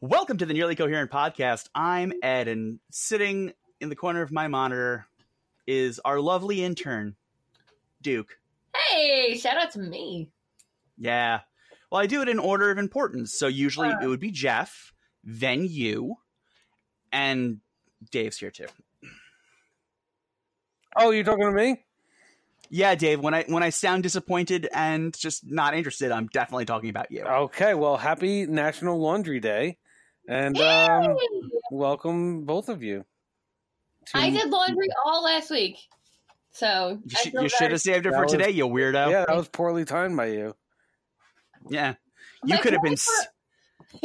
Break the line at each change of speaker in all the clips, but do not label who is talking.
Welcome to the Nearly Coherent Podcast. I'm Ed, and sitting in the corner of my monitor is our lovely intern, Duke.
Hey, shout out to me.
Yeah. Well, I do it in order of importance. So usually
Uh.
it would be Jeff, then you, and Dave's here too.
Oh, you're talking to me?
Yeah, Dave, when I when I sound disappointed and just not interested, I'm definitely talking about you.
Okay, well, happy National Laundry Day. And um,
Yay!
welcome, both of you. to-
I did laundry all last week, so
You,
I
sh-
feel
you should
better.
have saved it
That
for
was-
today, you weirdo.
Yeah, that was poorly timed by you.
Yeah. You
My
could have been
clothes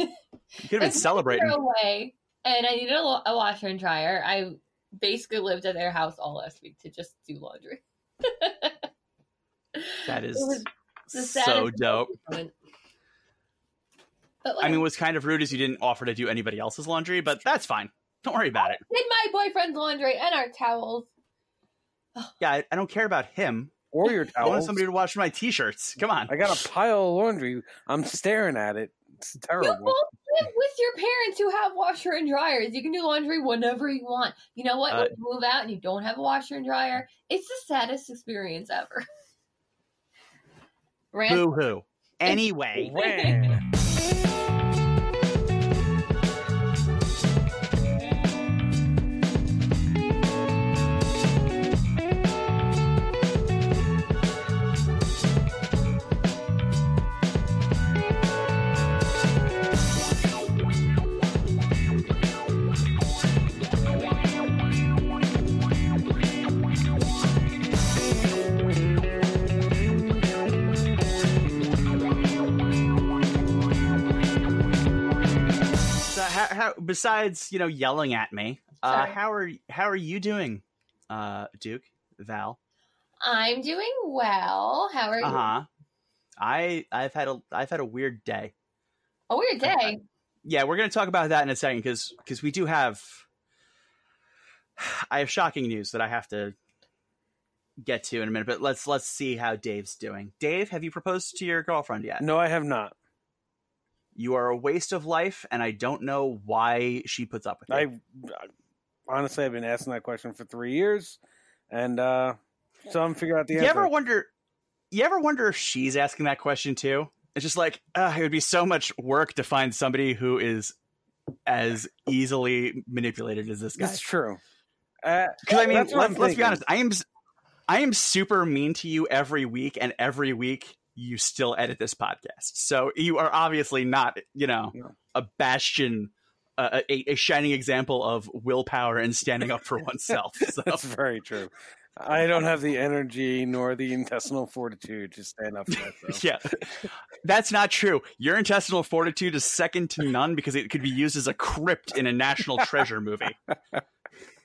s- You could
my
have been
clothes
celebrating.
were away, and I needed a, wa- a washer and dryer. I basically lived at their house all last week to just do laundry.
That
It
is
was the
so
saddest
dope.
moment. But like,
I mean, what's kind of rude is you didn't offer to do anybody else's laundry, but that's fine. Don't worry about it.
did my boyfriend's laundry and our towels. Oh.
Yeah, I, I don't care about him.
Or your
I want
towels.
somebody to wash my t-shirts. Come on.
I got a pile of laundry. I'm staring at it. It's
You
terrible.
both live with your parents who have washer and dryers. You can do laundry whenever you want. You know what?
Uh,
when you move out and you don't have a washer and dryer, it's the saddest experience ever. Rant.
Boo hoo. Anyway,
Wah.
so how, how, besides you know yelling at me, uh,
Sorry.
how are how are you doing, uh, Duke Val?
I'm doing well. How are you?
Uh huh. I I've had a I've had a weird day.
Oh, A weird day.
Yeah, we're gonna talk about that in a second because we do have I have shocking news that I have to get to in a minute. But let's let's see how Dave's doing. Dave, have you proposed to your girlfriend yet?
No, I have not.
You are a waste of life, and I don't know why she puts up with it.
I honestly, I've been asking that question for three years, and uh, so I'm figuring out the
You
answer.
ever wonder? You ever wonder if she's asking that question too? It's just like uh, it would be so much work to find somebody who is as easily manipulated as this guy.
That's true. Uh,
Because I mean,
That's
let's,
what I'm
let's be
thinking.
honest. I am, s- I am super mean to you every week, and every week you still edit this podcast. So you are obviously not, you know,
No.
a bastion, uh, a, a shining example of willpower and standing up for oneself. So
That's very true. I don't have the energy nor the intestinal fortitude to stand up for myself.
yeah, that's not true. Your intestinal fortitude is second to none because it could be used as a crypt in a National Treasure movie.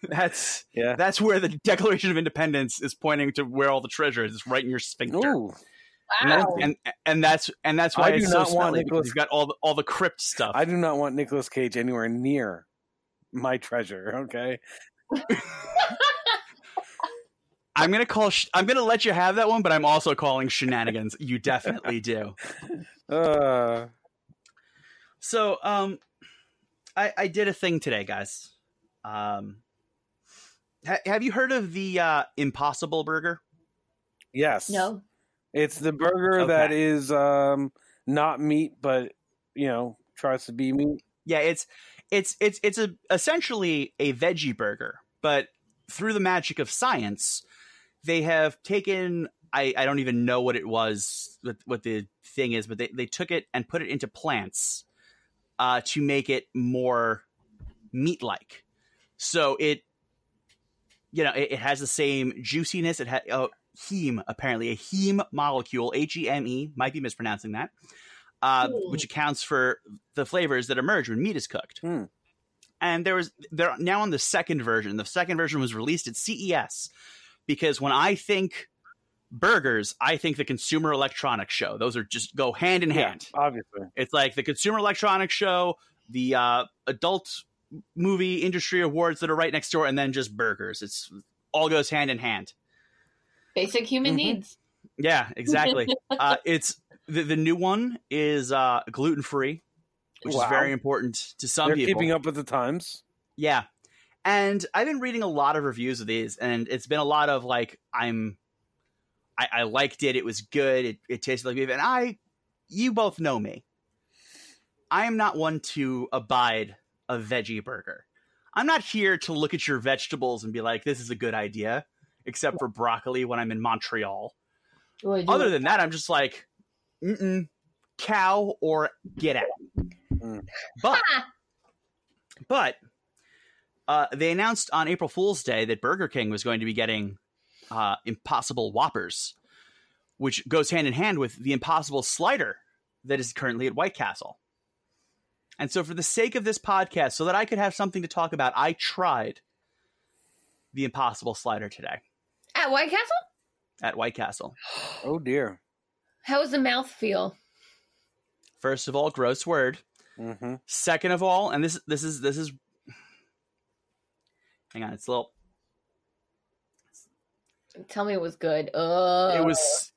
That's
Yeah.
that's where the Declaration of Independence is pointing to where all the treasure is. It's right in your sphincter.
Ooh,
And,
Wow.
that's- and and that's and that's
I
why
do
it's
not
so
want
smelly
Nicolas-
because he's got all the, all the crypt stuff.
I do not want Nicolas Cage anywhere near my treasure. Okay,
I'm gonna call. Sh- I'm gonna let you have that one, but I'm also calling shenanigans. you definitely do.
uh,
So, um, I I did a thing today, guys. Um, ha- have you heard of the uh, Impossible Burger?
yes,
no.
it's the burger
Okay.
that is um, not meat, but you know tries to be meat.
Yeah, it's it's it's it's a essentially a veggie burger, but through the magic of science, they have taken I, I don't even know what it was what, what the thing is, but they, they took it and put it into plants uh, to make it more meat like. So it you know, it, it has the same juiciness, it has oh, heme apparently a heme molecule, H E M E, might be mispronouncing that. Uh,
Hmm.
which accounts for the flavors that emerge when meat is cooked.
Hmm.
And there was they're now on the second version. The second version was released at CES because when I think burgers, I think the Consumer Electronics Show. Those are just go hand in hand.
Yeah, obviously.
It's like the Consumer Electronics Show, the uh, adult movie industry awards that are right next door, and then just burgers. It's all goes hand in hand.
Basic human
Mm-hmm.
Mhm.
needs.
Yeah, exactly. uh, it's the, the new one is uh, gluten free, which
Wow.
is very important to some
They're
people.
keeping up with the times.
Yeah. And I've been reading a lot of reviews of these, and it's been a lot of like, I'm, I, I liked it. It was good. It, it tasted like beef. And I, you both know me. I am not one to abide a veggie burger. I'm not here to look at your vegetables and be like, this is a good idea, except for broccoli when I'm in Montreal.
Boy, do
Other
it.
than that, I'm just like, mm cow or get out.
Mm.
But,
Ah,
but, uh, they announced on April Fool's Day that Burger King was going to be getting uh, Impossible Whoppers, which goes hand in hand with the Impossible Slider that is currently at White Castle. And so, for the sake of this podcast, so that I could have something to talk about, I tried the Impossible Slider today
at White Castle,
at White Castle.
Oh dear.
how does the mouth feel?
First of all, gross word.
hmm
Second of all, and this this is this is hang on, it's a little
Tell me it was good. Oh,
it was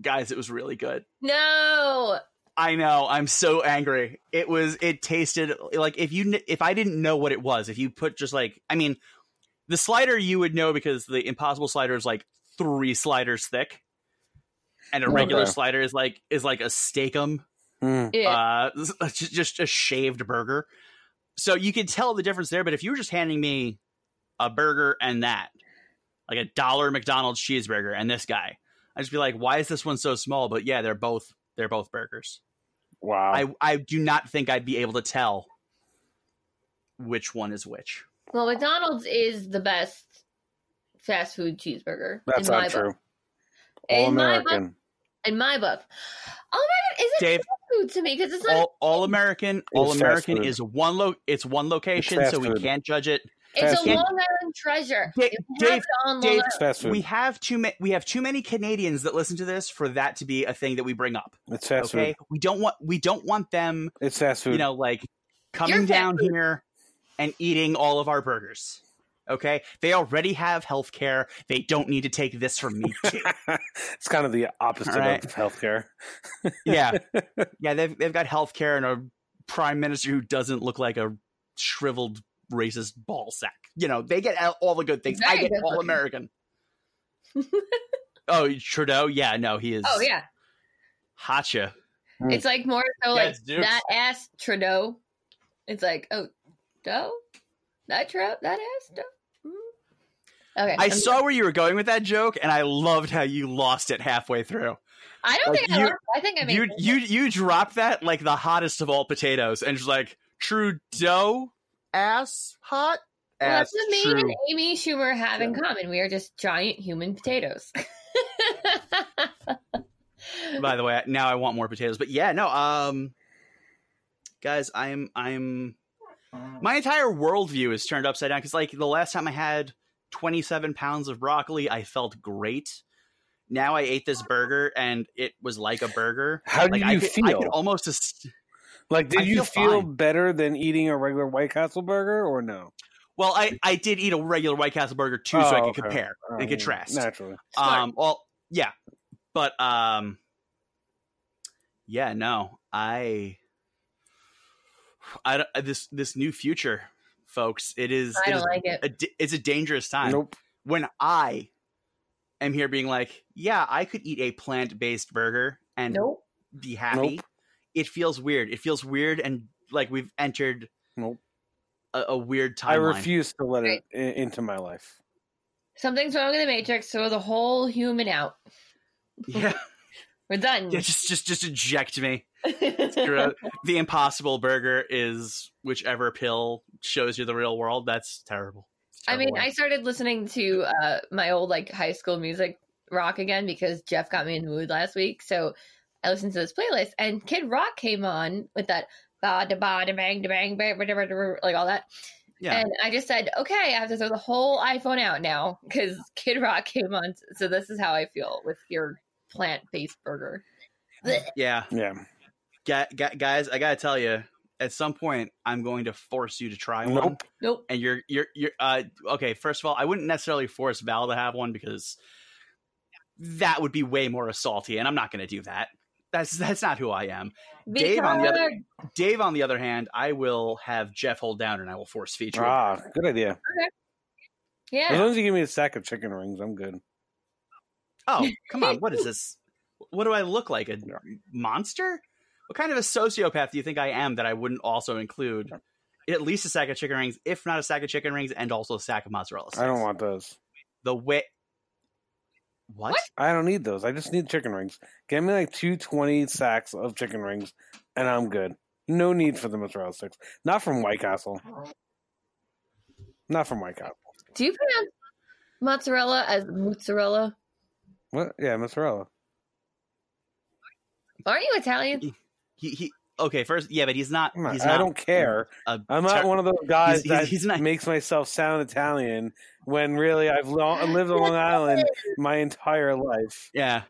guys, it was really good.
no.
I know, I'm so angry. It was it tasted like if you kn- if I didn't know what it was, if you put just like I mean, the slider you would know because the impossible slider is like three sliders thick. And a regular
Okay.
slider is like is like a steakum
Mm.
Yeah.
uh, just, just a shaved burger. So you can tell the difference there. But if you were just handing me a burger and that, like a dollar McDonald's cheeseburger and this guy, I'd just be like, why is this one so small? But yeah, they're both they're both burgers.
Wow.
I I do not think I'd be able to tell which one is which.
well, McDonald's is the best fast food cheeseburger.
That's
in my
not
book.
true. All
In my book.
American.
In my book. Oh my god, is it
Dave,
food to me? Because it's not.
all, all American, all
fast
American
food.
is one lo- It's one location,
fast
so we
food.
can't judge it.
it's a
fast food.
Long Island treasure.
Da-
It
Dave-
happened on Long
Dave-
Island.
It's fast food.
We have too many. We have too many Canadians that listen to this for that to be a thing that we bring up.
it's fast
okay,
food.
we don't want we don't want them,
It's fast food.
you know, like
You're
coming
fat
down
food.
here and eating all of our burgers. Okay, they already have health care. They don't need to take this from me too.
it's kind of the opposite
Alright.
of healthcare.
yeah, yeah, they've they've got health care and a prime minister who doesn't look like a shriveled racist ball sack. You know, they get all- all the good things. I
Very
get
good
all
looking.
American. oh, Trudeau, yeah, no, he is.
Oh yeah,
Hotcha.
Mm.
it's like more so
Yeah,
like
it's Dukes.
that ass Trudeau. It's like oh, Trudeau, that Trudeau, that ass Trudeau. Mm. Okay,
I
I'm-
saw where you were going with that joke, and I loved how you lost it halfway through.
I don't
like,
think I.
you-
lost. I think I made.
You
it.
you you dropped that like the hottest of all potatoes, and just like Trudeau ass hot
Well,
ass
that's what me
true.
and Amy Schumer have in common. We are just giant human potatoes.
By the way, now I want more potatoes. But yeah, no, um, guys, I'm I'm my entire worldview is turned upside down because like the last time I had 27 pounds of broccoli, I felt great. Now I ate this burger and it was like a burger.
How did
Like
you
I could,
feel?
I could almost. as-
like, did
I
you
feel
feel
fine.
better than eating a regular White Castle burger or no?
Well, I, I did eat a regular White Castle burger too, so
Oh,
I could
okay.
compare
I
and
mean,
contrast.
Um, Naturally.
Smart.
Um, well, yeah, but um, yeah, no, I, I don't- uh, this this new future, folks, it is,
I
it
don't
is
like it.
a, di- it's a dangerous time
Nope.
when I am here being like, yeah, I could eat a plant based burger and
Nope.
be happy.
Nope.
It feels weird. It feels weird, and like we've entered
Nope.
a, a weird timeline.
I refuse to let it
Right.
i- into my life.
Something's wrong with the Matrix. Throw the whole human out.
Yeah.
We're done.
Yeah, just just just eject me. Grow- the impossible burger is whichever pill shows you the real world. That's terrible. It's
I mean,
terrible.
I started listening to uh, my old like high school music rock again because Jeff got me in the mood last week. So I listened to this playlist, and Kid Rock came on with that ba da ba da bang da bang bang ba da ba da ba, like all that.
yeah.
And I just said, okay, I have to throw the whole iPhone out now because Kid Rock came on. So this is how I feel with your plant based burger.
yeah,
Yeah.
Ga- ga- guys, I gotta tell you, at some point, I'm going to force you to try one.
Nope.
Nope.
And you're you're you're uh okay. First of all, I wouldn't necessarily force Val to have one because that would be way more assaulty, and I'm not going to do that. That's that's not who I am.
Because
Dave on the other- Dave, on the other hand, I will have Jeff hold down and I will force feed you.
Ah, good idea. As
yeah,
long as you give me a stack of chicken rings, I'm good.
Oh, come on. What is this? What do I look like? A monster? What kind of a sociopath do you think I am that I wouldn't also include at least a sack of chicken rings, if not a sack of chicken rings, and also a sack of mozzarella sticks?
I don't want those.
the way. What?
What?
I don't need those. I just need chicken rings. Get me like two twenty sacks of chicken rings, and I'm good. No need for the mozzarella sticks. Not from White Castle.
Oh.
Not from White Castle.
do you pronounce mozzarella as mozzarella?
What? Yeah, mozzarella.
Aren't you Italian?
He, he okay. First, yeah, but he's not.
I'm not-
He's
I
not.
don't care.
a
I'm not
ter-
one of those guys
He's- he's-
that
he's not-
makes myself sound Italian when really I've lo- lived on Long Island my entire life.
Yeah,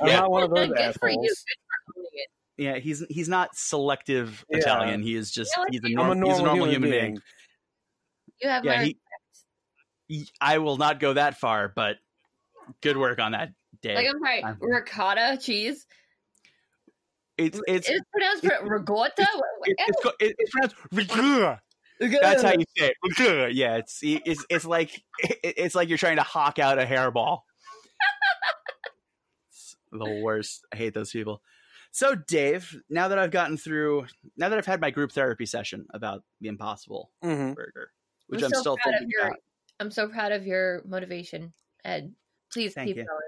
I'm
Yeah.
not one of those
Good
assholes.
for you. Good for owning it.
yeah. He's he's not selective
Yeah.
Italian. He is just
Yeah, like-
he's a,
I'm
norm,
a normal,
he's a normal human, being.
You have
Yeah,
learned.
he, he- I will not go that far, but good work on that, Dave.
like I'm sorry,
I'm-
ricotta cheese.
it's it's
It's pronounced for ricotta.
it- it's, co- it- it's pronounced "Rigura." That's how you say it. "Rigura." Yeah, it's e, it's it's like it's like you're trying to hawk out a hairball. It's the worst. I hate those people. So, Dave, now that I've gotten through, now that I've had my group therapy session about the impossible
Mhm.
burger, which
I'm
I'm,
so
still
proud of
thinking
your-
about.
I'm so proud of your motivation, Ed. Please
Thank
keep
you.
going.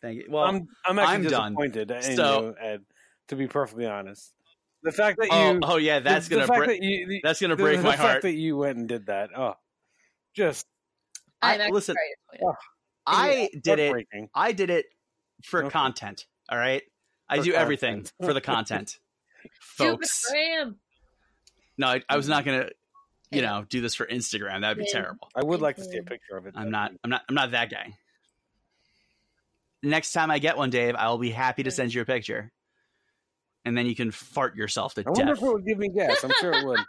Thank you. Well,
I'm I'm actually
I'm done.
disappointed in
So-
you, Ed. To be perfectly honest, the fact that
oh,
you
oh yeah,
the-
that's
the,
gonna
fact
break.
that you the,
that's gonna
the-
break
the
my
fact
heart.
that you went and did that. Oh, just
I-
I'm actually
listen,
very disappointed.
I did it.
heartbreaking.
I did it for
Okay.
content. All right. I
For
do everything
content.
for the content,
Stupid
folks.
Graham.
No, I, I was not gonna, you
Yeah.
know, do this for Instagram. That would be
Yeah.
terrible.
I would like to
Thank
see a
you.
picture of it.
I'm
though.
not. I'm not. I'm not that guy. Next time I get one, Dave, I will be happy to send you a picture, and then you can fart yourself to
I wonder
death.
if it would give me gas. I'm sure it would.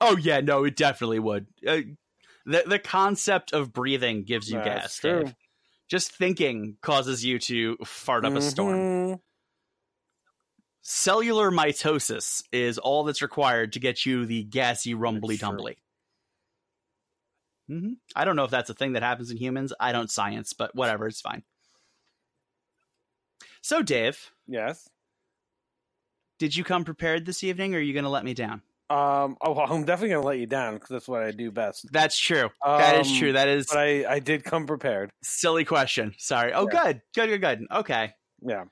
Oh yeah, no, it definitely would. Uh, the the concept of breathing gives you
That's
gas,
true.
Dave. Just thinking causes you to fart up a storm.
Mhm.
Cellular mitosis is all that's required to get you the gassy, rumbly
true.
tumbly. hmm I don't know if that's a thing that happens in humans. I don't science, but whatever, it's fine. So, Dave,
Yes.
did you come prepared this evening, or are you going to let me down?
Um. Oh, well, I'm definitely gonna let you down because that's what I do best.
That's true. that is
Um,
true. That is
But I I did come prepared.
silly question. Sorry. Oh,
Yeah.
good, good, good, good. Okay.
Yeah.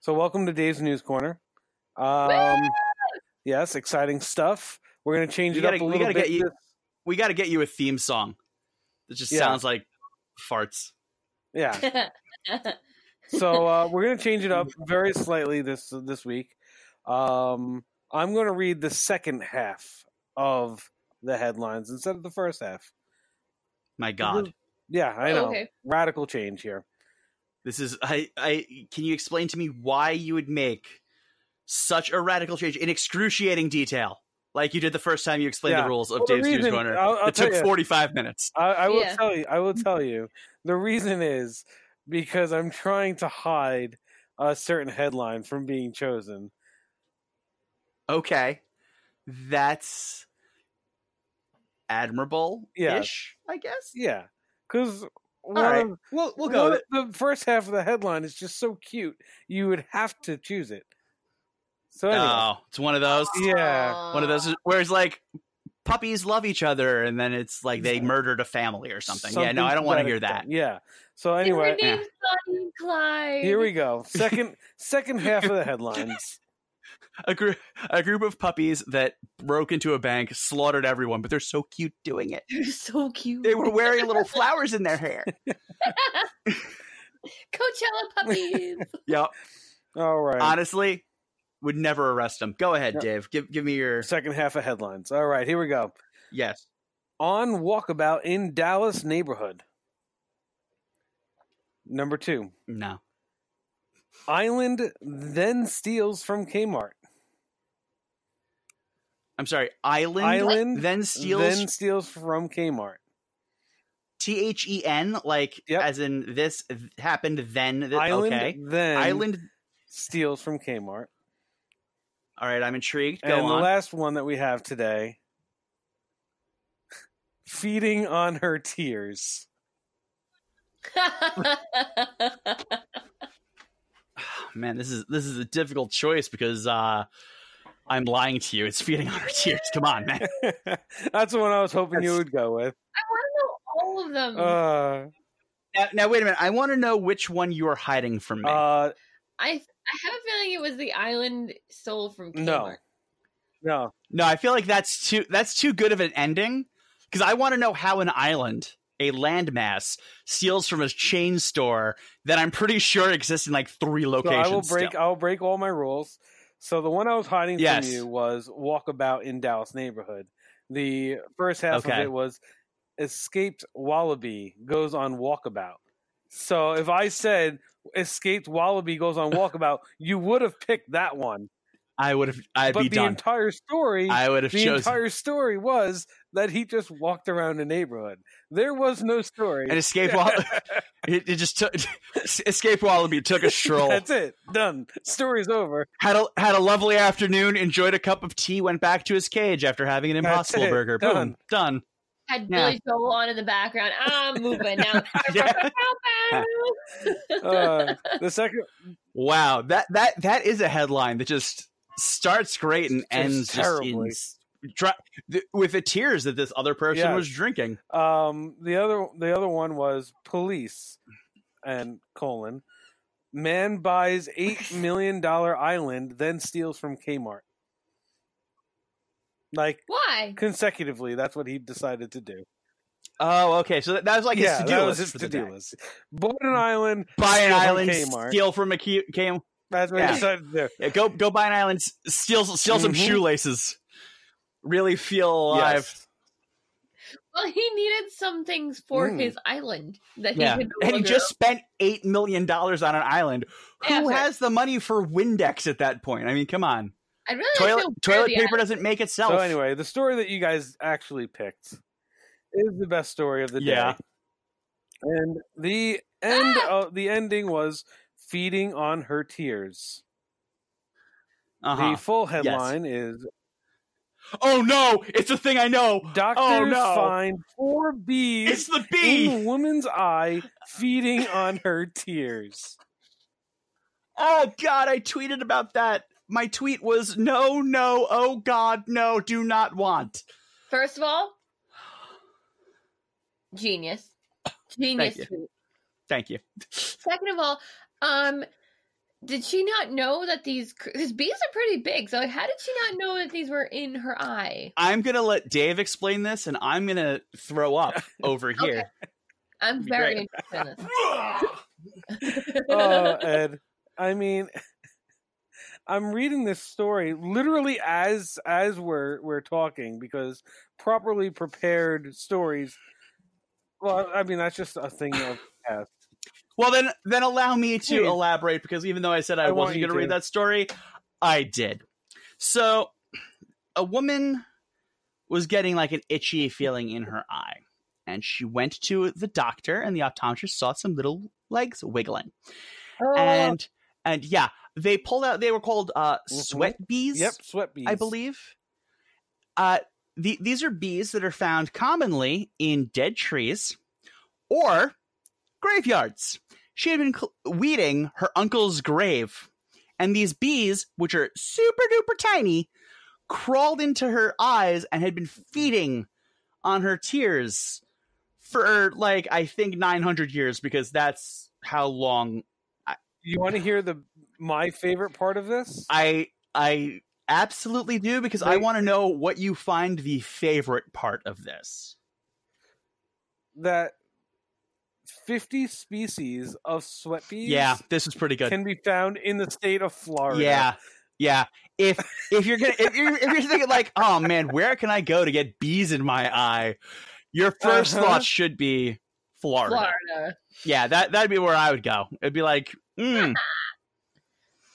So welcome to Dave's News Corner. Um, yes, exciting stuff. We're gonna change
We
it
gotta-
up a
we
little
gotta
bit.
get you-
this-
we got to get you a theme song that just
Yeah.
sounds like farts.
yeah. So uh, we're gonna change it up very slightly this this week. Um, I'm gonna read the second half of the headlines instead of the first half.
My God,
Yeah, I know.
Okay.
Radical change here.
this is I. I can you explain to me why you would make such a radical change in excruciating detail, like you did the first time you explained
Yeah.
the rules of
Well, the
Dave's News
reason-
Corner?
I'll- I'll
it
tell
took
you.
forty-five minutes.
I, I will
Yeah.
tell you. I will
Mm-hmm.
tell you. The reason is because I'm trying to hide a certain headline from being chosen.
Okay, that's admirable.
Yeah.
ish, I guess.
Yeah, because
right. We'll we'll go. with it.
The first half of the headline is just so cute. You would have to choose it. So anyway,
Oh, it's one of those.
yeah,
One of those. Where it's like puppies love each other, and then it's like they murdered a family or something. yeah, no, I don't want to hear that.
extent. Yeah. So
They were
anyway,
named Bonnie and Clyde.
here we go. Second second half of the headlines.
a group a group of puppies that broke into a bank, slaughtered everyone, but they're so cute doing it.
They're so cute.
They were wearing little flowers in their hair.
Coachella puppies.
Yeah,
All right.
honestly, would never arrest them. Go ahead,
Yeah.
Dave. Give give me your
Second half of headlines. All right, here we go.
yes.
On walkabout in Dallas neighborhood. Number two.
No.
Island then steals from Kmart.
I'm sorry. Island,
Island
then steals.
then steals from Kmart.
T H E N, like
Yep.
as in this th- happened then. Th-
Island
okay.
then
Island.
steals from Kmart.
All right, I'm intrigued. Go
and the
on.
last one that we have today feeding on her tears.
Man, this is this is a difficult choice because uh I'm lying to you. It's feeding on her tears. Come on, man.
That's the one I was hoping you
That's-
would go with.
I want to know all of them.
Uh,
Now, now wait a minute. I want to know which one you are hiding from me.
uh,
I I have a feeling it was the island soul from Kmart.
No. no,
no, I feel like that's too that's too good of an ending because I want to know how an island, a landmass, steals from a chain store that I'm pretty sure exists in like three
so I
locations.
will break.
still.
I will break all my rules. So the one I was hiding
Yes.
from you was Walkabout in Dallas neighborhood. The first half
Okay.
of it was escaped wallaby goes on walkabout. So if I said escaped wallaby goes on walkabout, you would have picked that one.
I would have. I'd
but
be
the
done.
entire story
I would have
the
chosen.
entire story was that he just walked around the neighborhood there was no story
An escape wallaby. it, it just took escape wallaby took a stroll,
that's it done story's over
had a had a lovely afternoon, enjoyed a cup of tea, went back to his cage after having an
That's
impossible
it.
burger. Boom,
Done.
done.
Had
Yeah.
Billy Joel on in the background. I'm moving now.
Yeah.
uh, the second
Wow, that that that is a headline that just starts great and
Just
ends just in,
terribly.
dry, th- with the tears that this other person
Yeah.
was drinking.
um the other the other one was police and colon man buys eight million dollar island then steals from kmart like
Why?
consecutively that's what he decided to do
Oh, okay. So that, that was like his
yeah
to-do
that was
list
his
for the
to-do
day.
list bought an island
Buy an
steal from
island,
Kmart.
steal from a K- Kmart.
That's what
Yeah.
he decided to do.
Yeah, go go buy an island, s- steal steal some
Mhm.
shoelaces. Really feel alive.
Yes.
Well, he needed some things for
Mm.
his island that
Yeah.
he could. no
And he
longer
just spent eight million dollars on an island. Who
Yeah, but-
has the money for Windex at that point? I mean, come on.
own. I really
Toilet
feel
toilet
worthy.
paper doesn't make itself.
So anyway, the story that you guys actually picked is the best story of the
Yeah.
day. And the end
Ah!
of the ending was feeding on her tears.
Uh-huh.
The full headline is
oh no! It's a thing I know.
Doctors
Oh, no.
find four
It's
bees
the bee.
in woman's eye feeding on her tears.
Oh god! I tweeted about that. My tweet was no, no. Oh god, no. Do not want.
First of all, genius, genius.
you.
tweet.
Thank you.
Second of all, um, did she not know that these? Because bees are pretty big, so like, how did she not know that these were in her eye?
I'm gonna let Dave explain this, and I'm gonna throw up over here.
I'm
Be
very interested in this.
oh, Ed. I mean, I'm reading this story literally as as we're we're talking because properly prepared stories. Well, I mean that's just a thing of
Well, then, then allow me to
Please.
elaborate because even though I said I,
I want
wasn't
you
going to read
to.
that story, I did. So, a woman was getting like an itchy feeling in her eye, and she went to the doctor, and the optometrist saw some little legs wiggling,
Oh,
Oh.
and and yeah, they pulled out. They were called uh,
Mhm.
sweat bees.
yep, sweat bees.
I believe. Uh, the, these are bees that are found commonly in dead trees or graveyards. She had been cl- weeding her uncle's grave, and these bees, which are super duper tiny, crawled into her eyes and had been feeding on her tears for like I think 900 years because that's how long
You want to hear the my favorite part of this?
I I absolutely do because I
Wait.
want to know what you find the favorite part of this.
that 50 species of sweat bees
Yeah, this is pretty good.
can be found in the state of Florida.
Yeah. Yeah. If if you're gonna if you're, if you're thinking like, oh man, where can I go to get bees in my eye? Your 1st
Uh-huh.
thought should be Florida.
Florida.
Yeah, that that'd be where I would go. It'd be like, mm,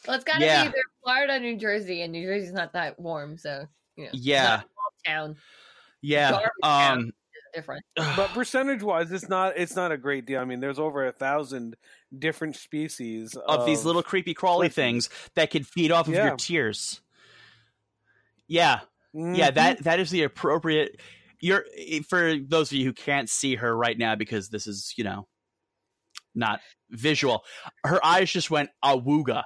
Well, it's got to
Yeah.
be either Florida, or New Jersey, and New Jersey's not that warm, so you know,
yeah,
town.
yeah.
Garbage
Um,
difference.
but percentage wise, it's not it's not a great deal. I mean, there's over a thousand different species
of these little creepy crawly
Listen.
things that can feed off of
uh, Yeah.
your tears. Yeah, yeah,
Mm-hmm.
that that is the appropriate. You're eh, for those of you who can't see her right now because this is you know not visual. Her eyes just went awooga.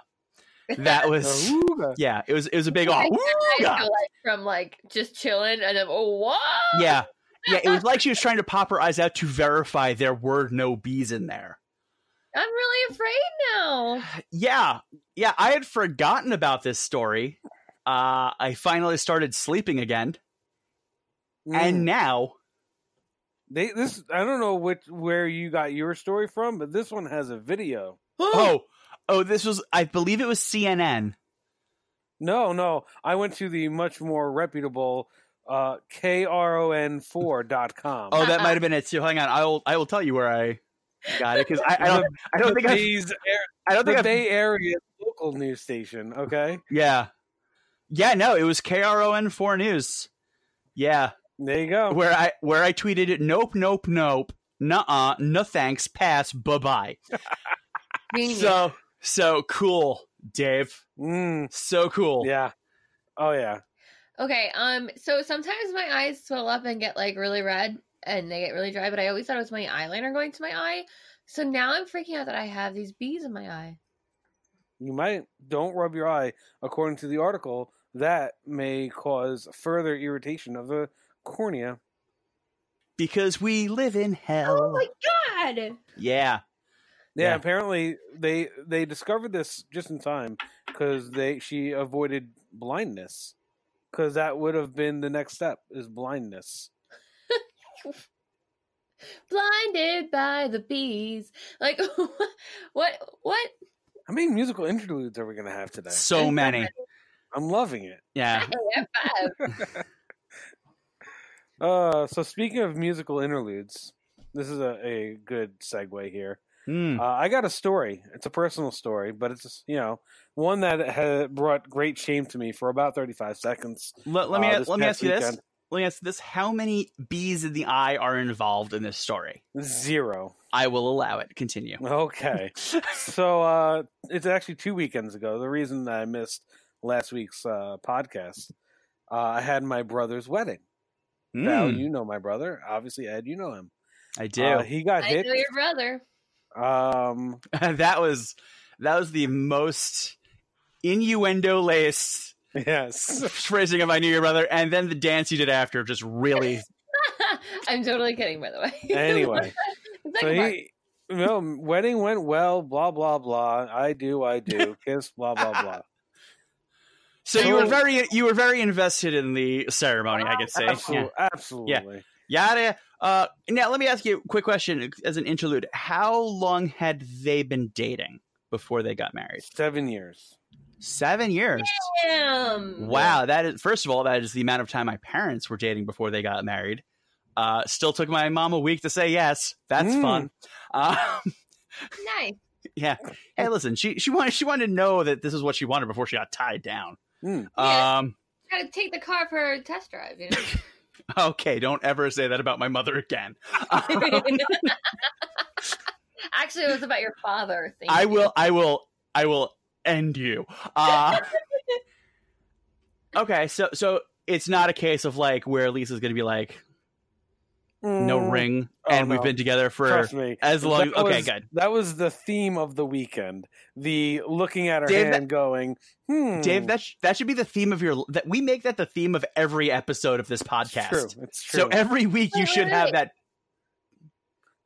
That was
Ooga.
yeah. It was it was a big
Like, I
awooga.
feel like from like just chilling and then oh what?
Yeah, yeah. It was like she was trying to pop her eyes out to verify there were no bees in there.
I'm really afraid now.
Yeah, yeah. I had forgotten about this story. Uh, I finally started sleeping again, and
Mm.
now
they this I don't know which where you got your story from, but this one has a video.
oh oh this was I believe it was CNN.
No, no, I went to the much more reputable uh, kron4.com.
Oh, that might have been it too. Hang on, I will. I will tell you where I got it because I, I don't. I don't
the
think I.
Bay's Air-
I don't think
the
I.
Bay Area local news station. Okay,
Yeah, yeah. No, it was KRON four news. Yeah,
there you go.
where I where I tweeted, nope, nope, nope, nuh uh, no thanks, pass, bye bye.
Genius.
So so cool, Dave.
Mm,
So cool.
yeah. Oh yeah.
Okay, um, so sometimes my eyes swell up and get like really red and they get really dry, but I always thought it was my eyeliner going to my eye. So now I'm freaking out that I have these bees in my eye.
You might don't rub your eye. According to the article, that may cause further irritation of the cornea.
Because we live in hell.
Oh my god!
yeah.
Yeah,
Yeah.
apparently they they discovered this just in time because they she avoided blindness because that would have been the next step is blindness.
Blinded by the bees. Like what what
How many musical interludes are we gonna have today?
So many.
I'm loving it.
Yeah.
five.
Uh, so speaking of musical interludes, this is a, a good segue here.
Mm.
Uh, I got a story. It's a personal story, but it's you know one that ha brought great shame to me for about thirty-five seconds.
Let, let me
uh,
a-
this
let me
past
ask you this.
weekend.
Let me ask you this. How many bees in the eye are involved in this story?
Zero.
I will allow it. Continue.
Okay, so uh, it's actually two weekends ago. The reason that I missed last week's uh, podcast, uh, I had my brother's wedding. Val,
Mm,
you know my brother, obviously. Ed, you know him.
I do.
Uh, he got
I
hit.
know your brother.
Um,
that was that was the most innuendo laced
yes.
phrasing of I knew your brother, and then the dance you did after just really
I'm totally kidding, by the way.
Anyway.
Second
So
part.
he, no, wedding went well, blah, blah, blah. I do, I do. Kiss, blah, blah, blah.
so you were
So-
very you were very invested in the ceremony, I could say. Yeah.
Absolutely. Absolutely.
Yada. Uh, now let me ask you a quick question as an interlude. How long had they been dating before they got married?
Seven years.
Seven years.
Damn.
Wow, that is first of all, that is the amount of time my parents were dating before they got married. Uh, still took my mom a week to say yes. That's
Mm.
fun. Uh,
Nice.
hey, listen, she she wanted she wanted to know that this is what she wanted before she got tied down.
Mm.
Yeah.
Um,
Gotta take the car for a test drive, you know.
okay, don't ever say that about my mother again. Uh,
Actually, it was about your father. Thank
I
you.
will, I will, I will end you. Uh, okay, so so it's not a case of like where Lisa's gonna be like no
Mm,
ring,
Oh,
and we've
no.
been together for
Trust me.
as long.
That
okay,
was-
good.
That was the theme of the weekend. The looking at her
Dave,
hand going, hmm.
Dave, that sh- that should be the theme of your that we make that the theme of every episode of this
it's
podcast.
true. It's true.
So every week you should have that.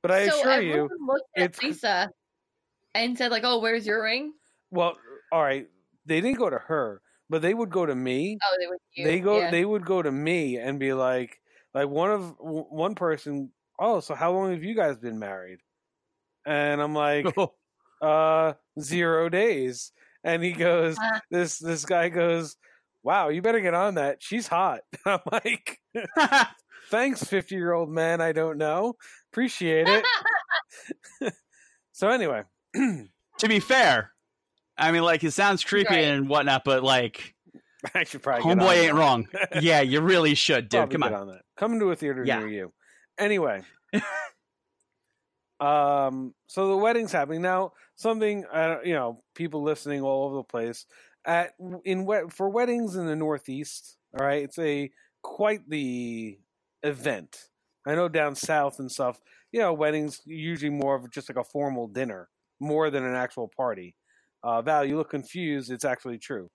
but I
so
assure you,
everyone looked at
it's-
Lisa and said, "Like, oh, where's your ring?"
well, all right, they didn't go to her, but they would go to me.
Oh, they were. You.
they go
Yeah.
they would go to me and be like like one of w- one person oh so how long have you guys been married and i'm like uh zero days and he goes
Ah.
this this guy goes wow you better get on that she's hot i'm like thanks 50 year old man i don't know appreciate it so anyway
to be fair, I mean, like it sounds creepy
Right.
and whatnot, but like
i should probably get on
homeboy ain't
that.
wrong. yeah, you really should, dude.
Probably
Come
get
on.
on that coming to a theater
Yeah.
near you Anyway, um, so the wedding's happening now. Something uh, you know, people listening all over the place at in wet for weddings in the Northeast. All right, it's a quite the event. I know down south and stuff, you know, weddings usually more of just like a formal dinner more than an actual party. Uh, Val, you look confused. It's actually true.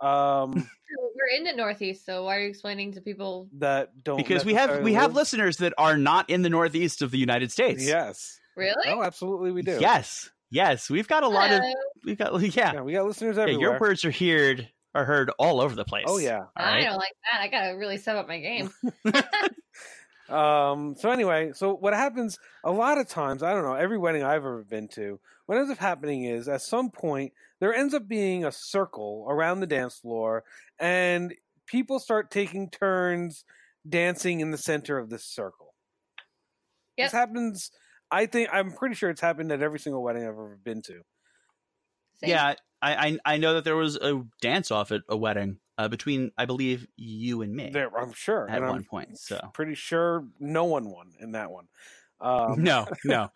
Um,
We're in the Northeast, so why are you explaining to people?
Oh, that don't
because we have we
necessarily
have
live-
listeners that are not in the northeast of the United States.
Yes.
Really? Uh,
Oh, absolutely, we do.
Yes. Yes. We've got a lot of
Hello.
we've got yeah.
Yeah, we got listeners
Yeah,
everywhere.
your words are heard are heard all over the place.
oh yeah.
All
I
right.
don't like that. I gotta really step up my game.
Um, so anyway, so what happens a lot of times, I don't know, every wedding I've ever been to, what ends up happening is at some point there ends up being a circle around the dance floor and people start taking turns dancing in the center of this circle.
Yep.
This happens I think I'm pretty sure it's happened at every single wedding I've ever been to.
Same.
Yeah, I, I I know that there was a dance off at a wedding uh, between I believe you and me
There I'm sure.
at
and
one
I'm
point. So
pretty sure no one won in that one. Um,
no, no,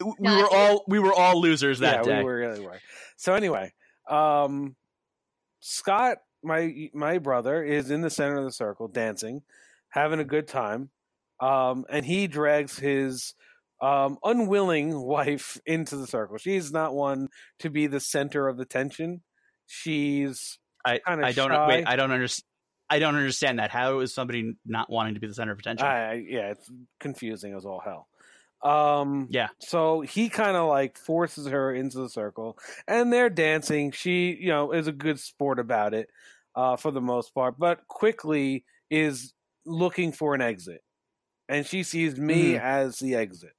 we
No, I
were
think-
all we were all losers that
yeah,
day.
we were really were. So anyway, um, Scott, my my brother, is in the center of the circle dancing, having a good time, um, and he drags his um, unwilling wife into the circle. She's not one to be the center of the tension. She's
I
kinda
I don't
shy.
wait. I don't understand. I don't understand that. How is somebody not wanting to be the center of attention?
I, yeah, it's confusing as all hell. Um,
Yeah.
So he kind of like forces her into the circle, and they're dancing. She, you know, is a good sport about it uh, for the most part, but quickly is looking for an exit, and she sees me as the exit.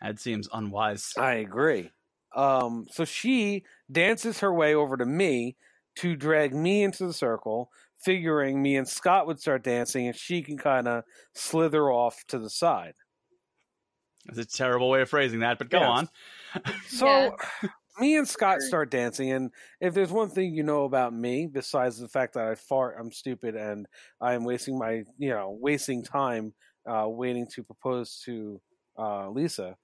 that seems unwise.
I agree. Um, so she dances her way over to me to drag me into the circle, figuring me and Scott would start dancing, and she can kind of slither off to the side.
It's a terrible way of phrasing that, but go
Yes.
on.
So
Yeah.
me and Scott start dancing, and if there's one thing you know about me, besides the fact that I fart, I'm stupid, and I am wasting my you know wasting time uh, waiting to propose to uh, Lisa,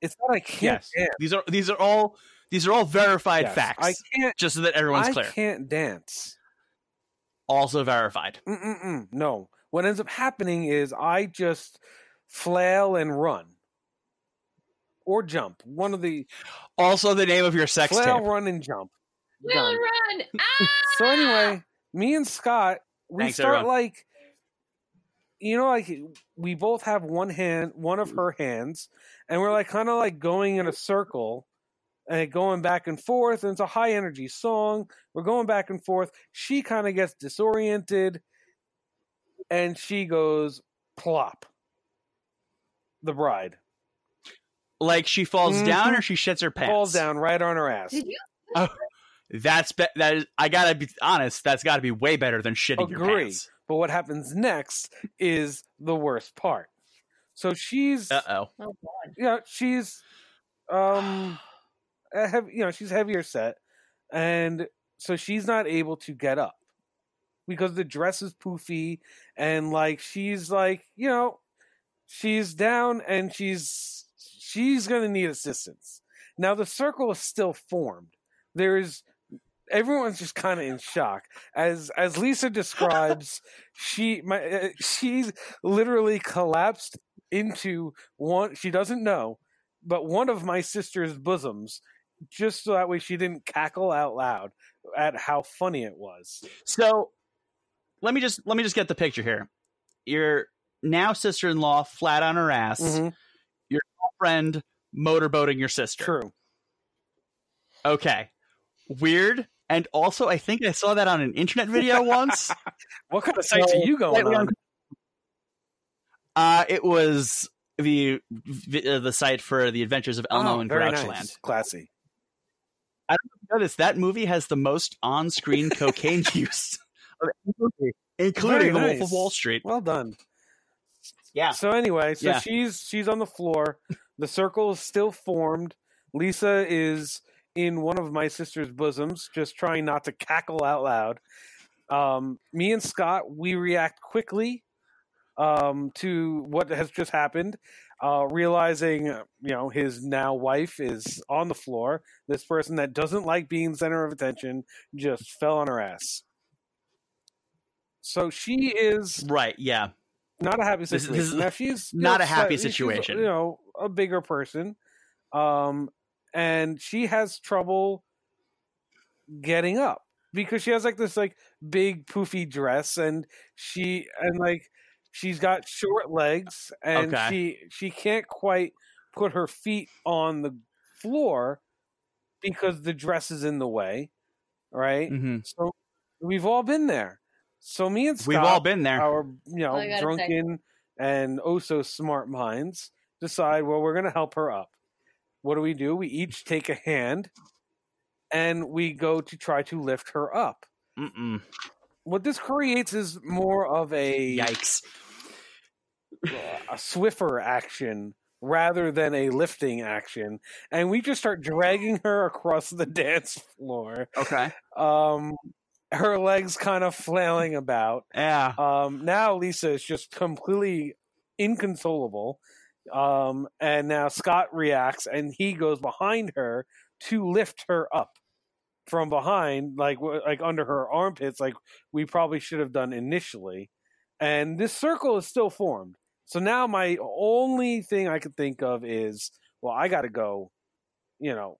it's that I can't
Yes.
dance.
These are these are all these are all verified
Yes,
facts.
I can't.
just so that everyone's
I
clear.
can't dance.
Also verified.
Mm-mm-mm, no. What ends up happening is I just flail and run or jump. One of the
Also the name of your sex
flail,
tape.
run, and jump.
Will
Done.
run. Ah!
So anyway, me and Scott, we
Thanks,
start
everyone.
like, you know, like we both have one hand, one of her hands, and we're like kind of like going in a circle and going back and forth. And it's a high energy song. We're going back and forth. She kind of gets disoriented, and she goes plop. The bride
Like she falls down
Mhm.
or she shits her pants.
falls down right on her ass.
Did you?
That's be- that is. I gotta be honest. That's gotta be way better than shitting your
Agree.
pants.
But what happens next is the worst part. So she's
Uh oh.
Oh god.
you know, she's um a heav you know, she's heavier set and so she's not able to get up because the dress is poofy and like she's like, you know, she's down and she's she's going to need assistance. Now the circle is still formed. There is everyone's just kind of in shock as as Lisa describes she my uh, she's literally collapsed into one she doesn't know but one of my sister's bosoms just so that way she didn't cackle out loud at how funny it was
So let me just let me just get the picture here. Your now sister-in-law flat on her ass.
Mm-hmm.
Friend motorboating your sister.
true
Okay. Weird. And also, I think I saw that on an internet video once.
what kind of sites are you going
Slightly
on
uncomfortable. Uh, it was the vi- uh, the site for the Adventures of Elmo
Oh,
and
very
Grouchland.
nice. classy
Notice that movie has the most on-screen cocaine use, of any movie, including
Very
The Wolf
nice.
of Wall Street.
well done
Yeah.
So anyway, so
Yeah.
she's she's on the floor. The circle is still formed. Lisa is in one of my sister's bosoms, just trying not to cackle out loud. Um, me and Scott, we react quickly um, to what has just happened, uh, realizing uh, you know his now wife is on the floor. This person that doesn't like being the center of attention just fell on her ass. So she is
Right. Yeah.
not a happy
This is-
situation.
this is
now she's you
not
know,
a happy
slightly- she's,
situation.
you know, a bigger person, um, and she has trouble getting up because she has like this like big poofy dress, and she and like she's got short legs, and
Okay.
she she can't quite put her feet on the floor because the dress is in the way, right?
hmm
So we've all been there. So me and Scott,
We've all been there.
our you know
All I gotta say-
drunken and oh so smart minds decide well we're going to help her up what do we do we each take a hand and we go to try to lift her up
Mm-mm.
what this creates is more of a,
Yikes.
a swiffer action rather than a lifting action and we just start dragging her across the dance floor
Okay.
um her legs kind of flailing about
Yeah.
um, now Lisa is just completely inconsolable. Um, and now Scott reacts and he goes behind her to lift her up from behind, like w- like under her armpits, like we probably should have done initially. And this circle is still formed. So now my only thing I could think of is, well, I got to go, you know,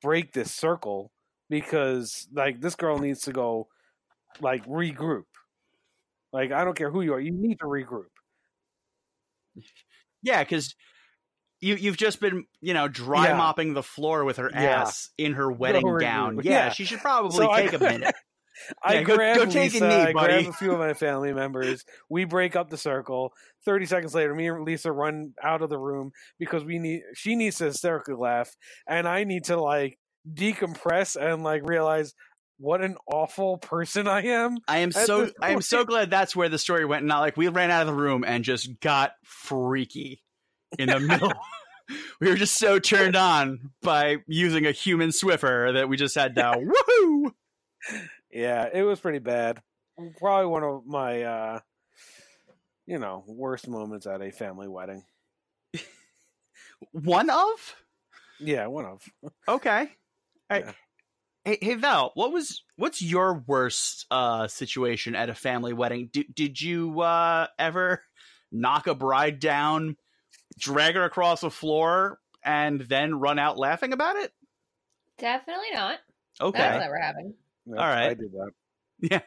break this circle because like this girl needs to go like regroup. Like I don't care who you are, you need to regroup.
Yeah. Because you you've just been you know dry
Yeah.
mopping the floor with her
Yeah.
ass in her wedding
Go regroup.
gown. Yeah,
Yeah.
She should probably
So I-
take a minute.
I
Yeah, go-
grab
go take a
Lisa,
knee,
I grab
buddy.
a few of my family members. We break up the circle. Thirty seconds later, me and Lisa run out of the room because we need. She needs to hysterically laugh, and I need to like decompress and like realize what an awful person I am.
I am
At
so
this
I am so
point-
glad that's where the story went. Not like we ran out of the room and just got freaky in the middle. we were just so turned on by using a human Swiffer that we just had to woohoo.
Yeah, it was pretty bad. Probably one of my, uh you know, worst moments at a family wedding.
One of
Yeah, one of.
okay. All right.
Yeah.
Hey, hey Val, what was what's your worst uh, situation at a family wedding? Did did you uh, ever knock a bride down, drag her across the floor, and then run out laughing about it?
Definitely not.
Okay,
That's never happened.
Yep,
All right.
I did that.
yeah.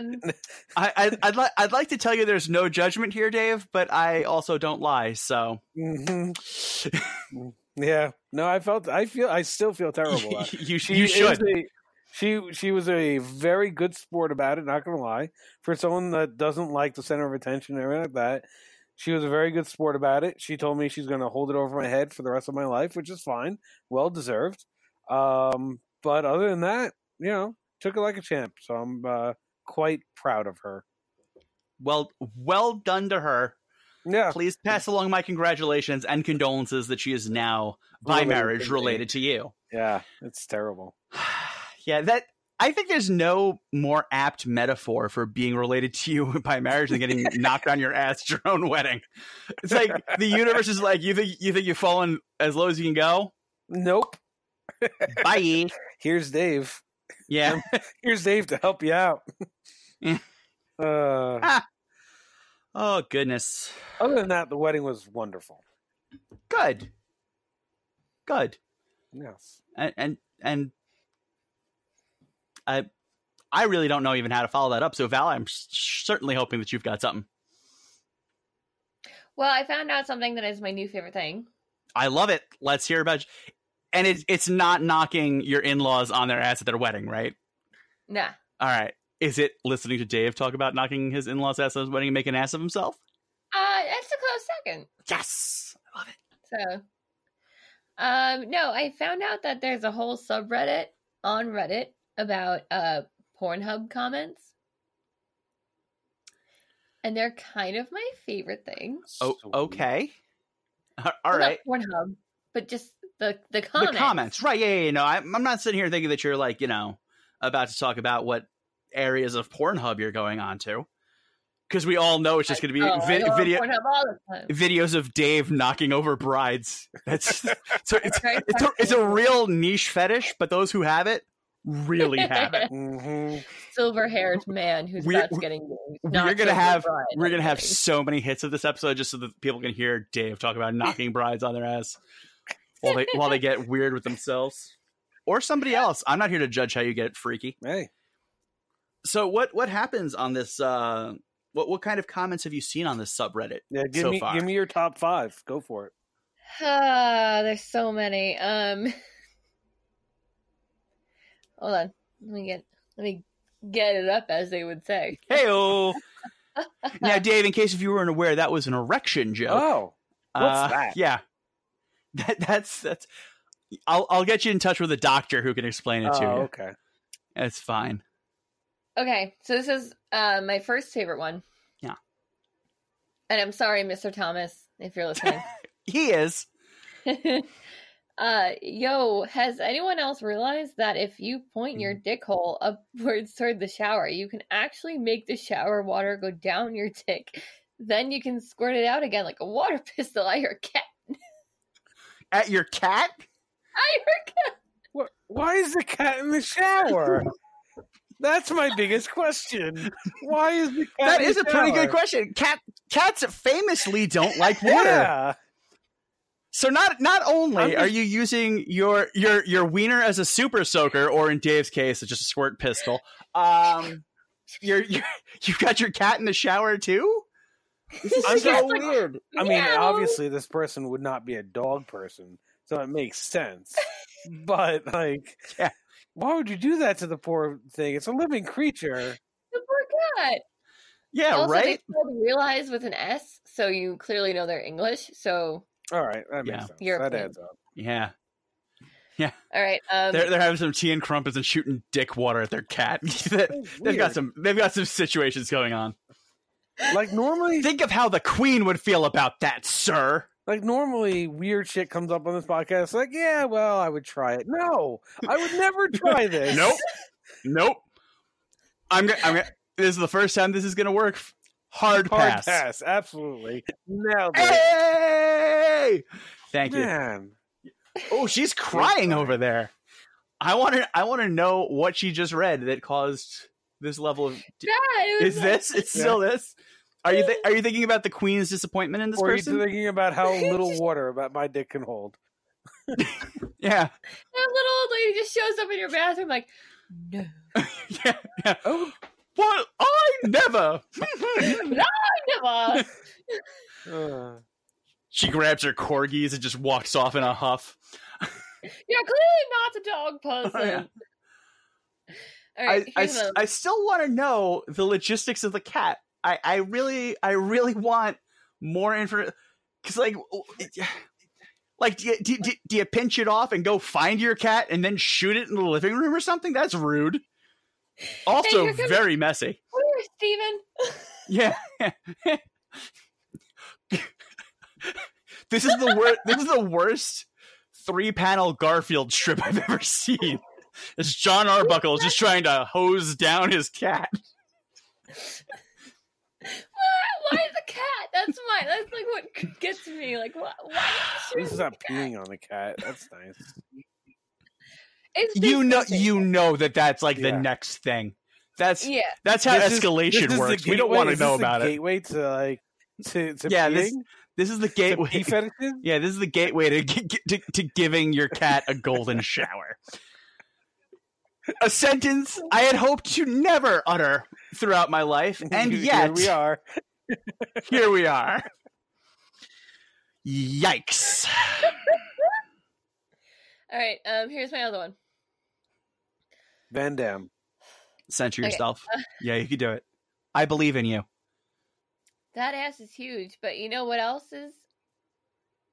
Um,
I, I I'd like I'd like to tell you there's no judgment here, Dave, but I also don't lie. So
hmm Mm-hmm. Yeah. No, I felt. I feel. I still feel terrible. about it.
you
She
you
is
should.
a- she she was a very good sport about it. Not gonna lie, for someone that doesn't like the center of attention and everything like that, she was a very good sport about it. She told me she's gonna hold it over my head for the rest of my life, which is fine, well deserved. Um, but other than that, you know, took it like a champ. So I'm uh, quite proud of her.
Well, well done to her.
Yeah.
Please pass along my congratulations and condolences that she is now by
Related to
marriage
me.
related to you.
Yeah. It's terrible.
yeah, that I think there's no more apt metaphor for being related to you by marriage than getting knocked on your ass at your own wedding. It's like the universe is like you think you think you've fallen as low as you can go.
Nope.
Bye.
Here's Dave.
Yeah.
Here's Dave to help you out.
Yeah.
Uh,
Oh goodness.
other than that, the wedding was wonderful.
Good. Good.
Yes.
And and and I I really don't know even how to follow that up. So Val, I'm s- certainly hoping that you've got something.
well, I found out something that is my new favorite thing.
I love it. Let's hear about. And it's it's not knocking your in-laws on their ass at their wedding, right?
Nah,
All right. Is it listening to Dave talk about knocking his in-laws' ass at his wedding and making an ass of himself?
uh, it's a close second.
Yes. I love it.
So, um, no, I found out that there's a whole subreddit on Reddit about uh Pornhub comments, and they're kind of my favorite thing.
Oh,
Sweet.
okay. All
Well,
right.
not Pornhub, but just the the comments.
The comments, right? Yeah, yeah, yeah. No, I, I'm not sitting here thinking that you're like, you know, about to talk about what areas of Pornhub you're going on to. because we all know it's just going to be
Oh, I
vid-
go on
video
Pornhub all the time.
videos of Dave knocking over brides. That's so it's
Very
it's a, it's a real niche fetish, but those who have it really have it.
Mhm.
silver-haired man who's
We're-
about to getting engaged,
we're
not
gonna
Silver
have-
Bride,
We're gonna have
okay.
so many hits of this episode just so that people can hear Dave talk about knocking brides on their ass while they while they get weird with themselves or somebody else. I'm not here to judge how you get freaky.
Hey,
So what what happens on this? Uh, what what kind of comments have you seen on this subreddit?
yeah, give
So
me
far.
give me your top five. Go for it.
Ah, there's so many. Um, hold on. Let me get let me get it up, as they would say.
Hey oh. now, Dave, in case if you weren't aware, that was an erection joke. Uh,
Oh, What's that?
Yeah, that, that's that's. I'll I'll get you in touch with a doctor who can explain it to
Oh,
you.
okay.
It's fine.
Okay, so this is uh, my first favorite one.
Yeah.
And I'm sorry, Mr. Thomas, if you're listening.
He is.
uh, yo, has anyone else realized that if you point
Mm-hmm.
your dick hole upwards toward the shower, you can actually make the shower water go down your dick? Then you can squirt it out again like a water pistol at your cat.
At your cat?
At your cat.
Wh- Why is the cat in the shower? That's my biggest question. Why is the cat?
That
in
is
the
a pretty
shower?
good question. Cat cats famously don't like water.
Yeah.
So not not
I'm
only
just-
are you using your your your wiener as a super soaker, or in Dave's case, it's just a squirt pistol. Um, you're, you're you've got your cat in the shower too. This is
I'm
so
just-
weird.
I mean,
Meow.
obviously, this person would not be a dog person, so it makes sense. but like,
Yeah.
why would you do that to the poor thing? It's a living creature.
The poor cat.
Yeah,
also,
right.
they spelled realize with an S, so you clearly know they're English. So,
All right, that makes
Yeah.
sense.
European.
That adds up.
Yeah,
all right. Um,
they're they're having some tea and crumpets and shooting dick water at their cat. They- they've got
Oh, Weird.
some they've got some situations going on.
like normally,
Think of how the queen would feel about that, sir.
like normally, weird shit comes up on this podcast. Like, yeah, well, I would try it. No, I would never try this.
Nope. Nope. I'm gonna, I'm gonna, this is the first time this is going to work. Hard,
Hard
pass.
pass. Absolutely. Now,
Hey! Thank you.
man,
Oh, she's crying over there. I want to I want to know what she just read that caused this level of
yeah, it was
Is this it's still this? Are you th- are you thinking about the queen's disappointment in this
were you
person?
thinking about how little water about my dick can hold?
yeah.
That little old lady just shows up in your bathroom, like, no.
yeah. Yeah.
Oh,
Well, I never.
Come
uh,
she grabs her corgis and just walks off in a huff.
You're clearly not a dog
Oh, yeah.
person. All right,
I, I,
here's another
s- I still want to know the logistics of the cat. I, I really I really want more info because like w- it- like do you, do, do, do you pinch it off and go find your cat and then shoot it in the living room or something? That's rude. Also
here comes-
very messy.
one. Where is Steven?
Yeah. this is the worst. This is the worst three-panel Garfield strip I've ever seen. It's John Arbuckle just trying to hose down his cat.
Why- Why is the cat? That's my. That's like what gets me. Like, why? why did you
this
shoot
is
the
not
cat?
peeing on the cat. That's nice.
It's
You know,
disgusting.
you know that that's like the
Yeah.
next thing. That's
Yeah,
that's how
This is- this
escalation
is the
works. we don't
gateway-
want to
is this
know
the
about it.
Gateway to like to, to
Yeah,
yeah,
this-
peeing,
This is the
to
gateway.
pee fetishes.
Yeah, this is the gateway to, gi- gi- to to giving your cat a golden shower. A sentence I had hoped to never utter throughout my life, and
Here
yet
we are.
here we are. Yikes!
All right. Um. Here's my other one.
Van Dam.
Center
Okay.
yourself. Yeah, you can do it. I believe in you.
That ass is huge, but you know what else is?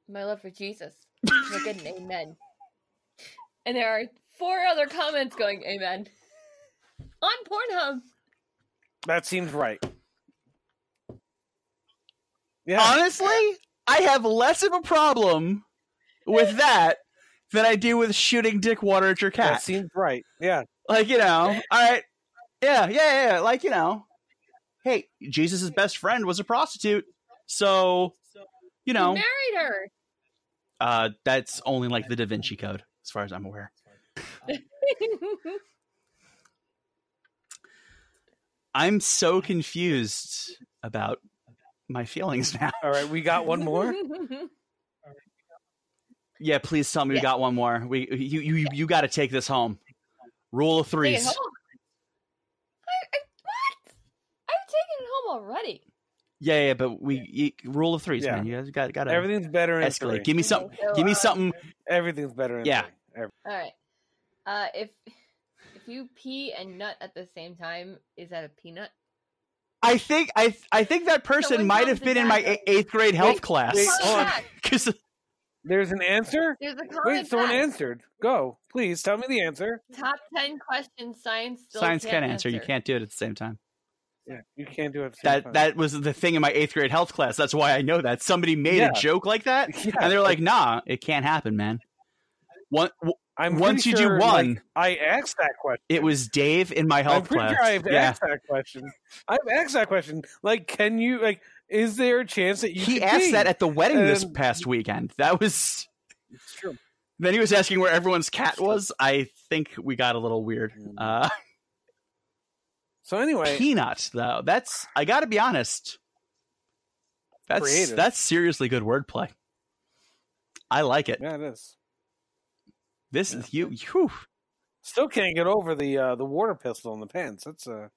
My love for Jesus. My good and amen. And there are four other comments going amen on Pornhub.
That seems right. Yeah,
Honestly, I have less of a problem with that than I do with shooting dick water at your cat.
that seems right. Yeah,
like you know all right yeah yeah yeah like you know hey, Jesus' best friend was a prostitute, so you know,
He married her.
uh, that's only like the Da Vinci Code, as far as I'm aware. I'm so confused about my feelings now.
All right, we got one more.
Yeah, please tell me we
Yeah.
got one more. We you you you, got to take this home. Rule of
Take it
threes.
home. I, I, what? I've taken it home already.
Yeah, yeah, but we you- rule of threes,
Yeah.
man. You guys got got to
Everything's better in three.
escalate. Give me something.
Okay, so,
Give me
uh,
something.
Everything's better in
Yeah.
three. Every-
All right. Uh, if if you pee and nut at the same time, is that a peanut?
I think I I think that person
Someone
might
help
have
the
been in
guy
my
out.
eight- eighth grade health
Wait,
class.
wait,
Fun
hold on.
fact,
'Cause-
There's an answer?
There's a common
Wait, someone
fact.
answered. Go. Please tell me the answer.
Top ten questions science still
science
can't
can answer. You can't do it at the same time.
Yeah, you can't do it. at the same
That
time.
that was the thing in my eighth grade health class. That's why I know that somebody made
Yeah.
a joke like that,
Yeah,
and they're like, "Nah, it can't happen, man." One, w-
I'm
once
pretty
you do
sure, like,
one-
I asked that question.
it was Dave in my
I'm
health
pretty
class.
sure I've
yeah,
asked that question. I've asked that question. Like, can you? Like, is there a chance that you?
he
could
asked
be?
that at the wedding this
Um,
past weekend. That was
It's true.
then he was asking where everyone's cat was. I think we got a little weird.
Mm.
Uh,
So anyway,
peanut though, that's I got to be honest. That's
Creative.
that's seriously good wordplay. I like it.
yeah, it is.
This
Yeah.
is you. Whew.
Still can't get over the uh, the water pistol in the pants. That's a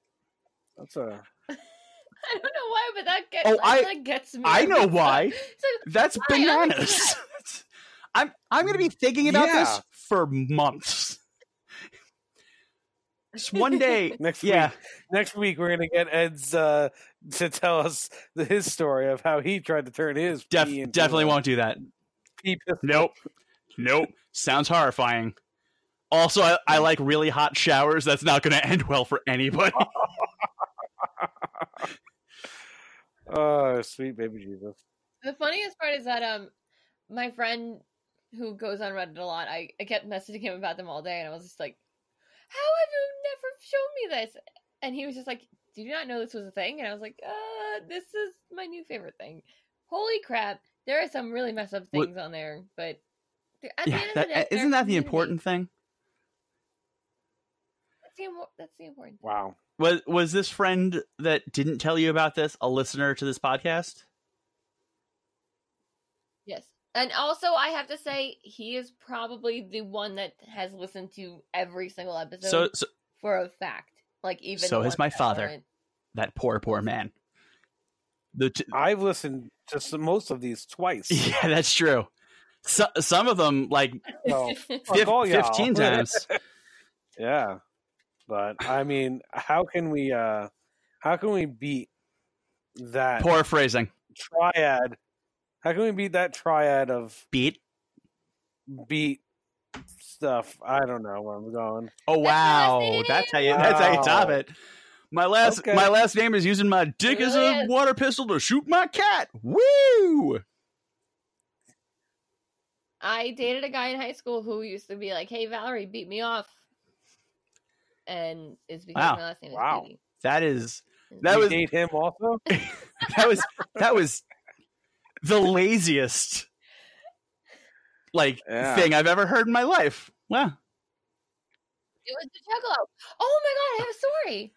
that's a
I don't know why, but that gets
Oh, I-
that gets me.
I
every
know
time.
why.
It's like,
That's
Why? I like
bananas. I'm I'm gonna be thinking about this
Yeah.
for months. Just one day,
next
yeah.
week. Next week we're gonna get Ed's uh, to tell us the, his story of how he tried to turn his
Def-
pee into
definitely
a
won't do that.
pee pistol.
Nope. Nope. Sounds horrifying. Also, I, I like really hot showers. That's not going to end well for anybody.
Oh, sweet baby Jesus!
The funniest part is that um, my friend who goes on Reddit a lot, I, I kept messaging him about them all day, and I was just like, "How have you never shown me this?" And he was just like, "Do you not know this was a thing?" And I was like, "Uh, this is my new favorite thing. Holy crap! There are some really messed up
What-
things on there, but th- at the
yeah,
end of the day,
that, eh,
they're
isn't that the
community.
important thing?
That's the, imo- that's the important. thing.
Wow.
Was was this friend that didn't tell you about this a listener to this podcast?
Yes. And also, I have to say, he is probably the one that has listened to every single episode.
So, so
for a fact. Like even
So
the
has
ones
my
that
father.
aren't.
that poor poor man. The t-
I've listened to some, most of these twice.
yeah, that's true. So, some of them like
So,
fif-
fuck all Oh, y'all.
15 times.
Yeah. But I mean, how can we uh how can we beat that
poor phrasing.
triad? How can we beat that triad of
Beat.
beat stuff? I don't know where I'm going.
Oh
That's my
wow,
last
that's how you that's how you
Wow.
top it. My last
Okay.
my last name is using my dick as a
Yes.
water pistol to shoot my cat. Woo!
I dated a guy in high school who used to be like, "Hey, Valerie, beat me off," and it's because
Wow.
my last name is
Wow.
Beatty.
That is
And
That
you
was-
date him also?
that was that was the laziest like
Yeah.
thing I've ever heard in my life. Wow.
it was the juggalo. Oh my god, I have a story.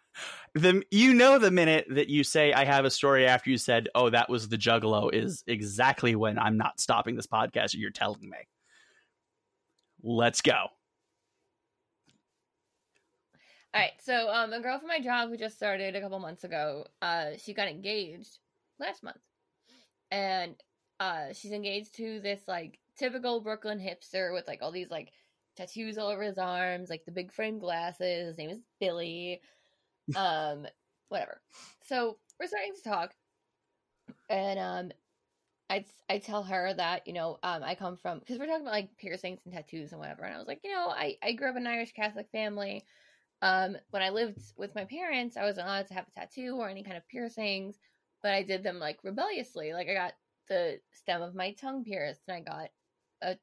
The you know the minute that you say I have a story after you said, "Oh, that was the juggalo" is exactly when I'm not stopping this podcast and you're telling me. Let's go.
All right, so um, a girl from my job who just started a couple months ago, uh, she got engaged last month, and uh, she's engaged to this like typical Brooklyn hipster with like all these like tattoos all over his arms, like the big frame glasses. His name is Billy, um, whatever. So we're starting to talk, and um, I I tell her that you know um I come from because we're talking about like piercings and tattoos and whatever, and I was like you know I I grew up in an Irish Catholic family. Um, when I lived with my parents, I wasn't allowed to have a tattoo or any kind of piercings, but I did them like rebelliously. Like I got the stem of my tongue pierced, and I got a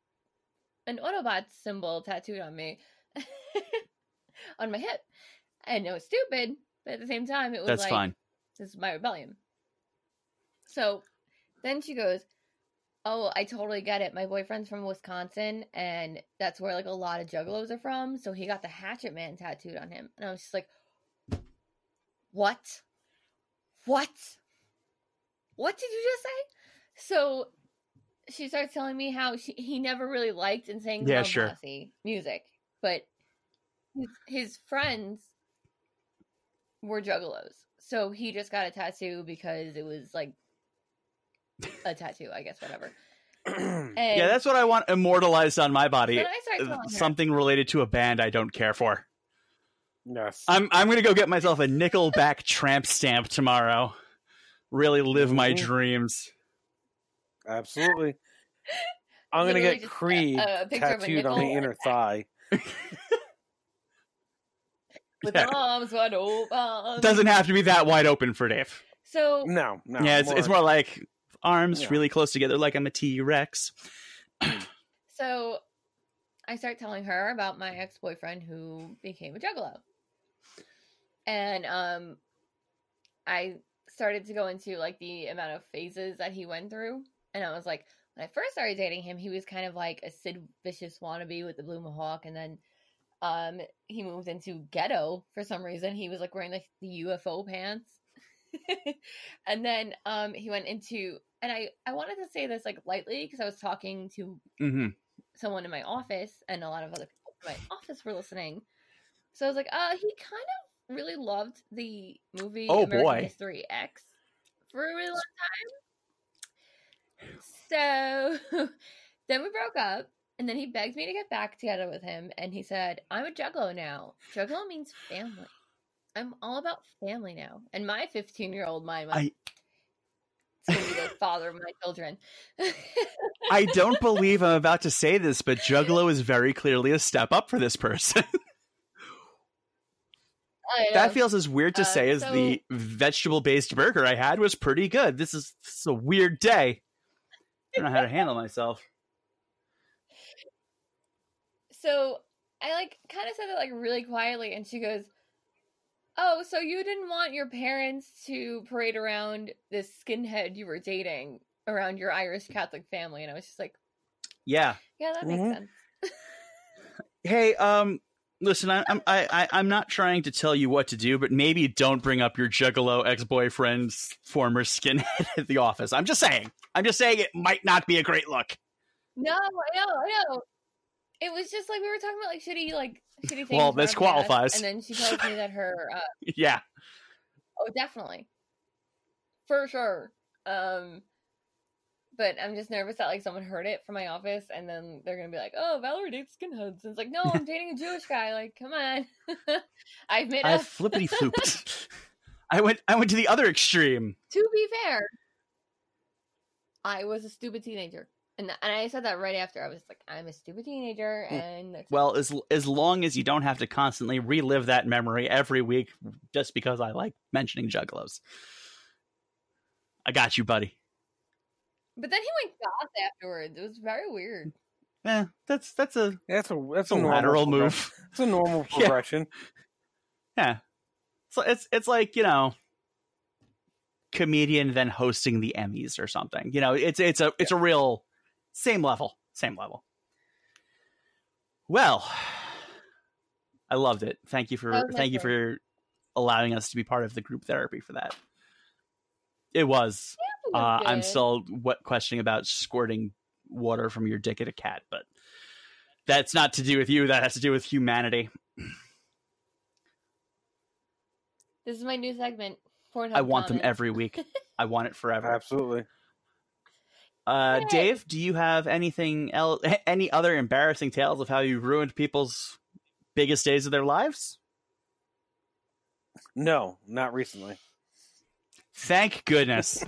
an Autobot symbol tattooed on me on my hip, and it was stupid, but at the same time, it was
That's
like
fine.
This is my rebellion. So then she goes, Oh, I totally get it. My boyfriend's from Wisconsin, and that's where like a lot of juggalos are from. So he got the Hatchet Man tattooed on him. And I was just like, What? What? What did you just say? So she starts telling me how she, he never really liked and sang
Yeah,
Mount
sure.
Posse music, but his, his friends were juggalos. So he just got a tattoo because it was like a tattoo, I guess, whatever. And
yeah, that's what I want immortalized on my body. Uh,
then I started telling her,
Something related to a band I don't care for.
yes.
I'm I'm gonna go get myself a Nickelback tramp stamp tomorrow. Really live my
Mhm.
dreams.
Absolutely. I'm gonna
Literally
get
just a-
Creed
a picture of a
tattooed on the
nickel.
inner thigh.
with
Yeah.
arms wide open.
Doesn't have to be that wide open for Dave.
so
No, no.
yeah, it's it's more like arms
Yeah.
really close together, like I'm a T Rex.
So I start telling her about my ex boyfriend who became a juggalo. And um I started to go into like the amount of phases that he went through. And I was like, when I first started dating him, he was kind of like a Sid Vicious wannabe with the blue mohawk. And then um he moved into ghetto for some reason. He was like wearing like the UFO pants. and then um he went into and I I wanted to say this like lightly because I was talking to
Mm-hmm.
hmm
someone in my office and a lot of other people in my office were listening. So I was like, uh, he kind of really loved the movie
Oh,
American
boy.
History X for a really long time. So then we broke up and then he begged me to get back together with him and he said, I'm a juggalo now. Juggalo means family. I'm all about family now. And my 15 year old mind was,
I-
it's going to be the father of my children.
I don't believe I'm about to say this, but Juggalo is very clearly a step up for this person.
I know.
that feels as weird to
Uh,
say as the vegetable based burger I had was pretty good. This is, this is a weird day. I don't know how to handle myself.
so I like kind of said it like really quietly, and she goes, "Oh, so you didn't want your parents to parade around this skinhead you were dating around your Irish Catholic family?" And I was just like,
Yeah.
"Yeah, that makes
Mhm.
sense."
Hey, um, listen, I, I'm I, I I'm not trying to tell you what to do, but maybe don't bring up your Juggalo ex boyfriend's former skinhead at the office. I'm just saying. I'm just saying it might not be a great look.
No, I know, I know. It was just like we were talking about like shitty, like shitty things.
Well,
from our
this
past,
qualifies.
And then she tells me that her uh,
Yeah.
Oh, definitely. For sure. Um but I'm just nervous that like someone heard it from my office and then they're gonna be like, Oh, Valerie dates skinheads. And it's like, no, I'm dating a Jewish guy, like, come on. I've made
I
up
flippity flooped. I went I went to the other extreme.
to be fair. I was a stupid teenager. And, and I said that right after. I was like, I'm a stupid teenager
Mm.
and that's
Well, as as long as you don't have to constantly relive that memory every week just because I like mentioning juggalos. I got you, buddy.
But then he went goth afterwards. It was very weird.
Eh, that's that's a,
That's a
that's
that's
a
a normal
lateral
progression.
move.
It's a normal
Yeah.
progression.
So it's it's like you know, comedian then hosting the Emmys or something. You know, it's it's a it's a real same level, same level. Well, I loved it. Thank you for
That was my
thank you for allowing us to be part of the group therapy for that. It was.
It was
Uh, I'm
good.
still what questioning about squirting water from your dick at a cat, but that's not to do with you. That has to do with humanity.
This is my new segment. Pornhub
I want them
comments.
every week. I want it forever.
Absolutely.
Uh,
Yay.
Dave, do you have anything else? Any other embarrassing tales of how you ruined people's biggest days of their lives?
No, not recently.
Thank goodness.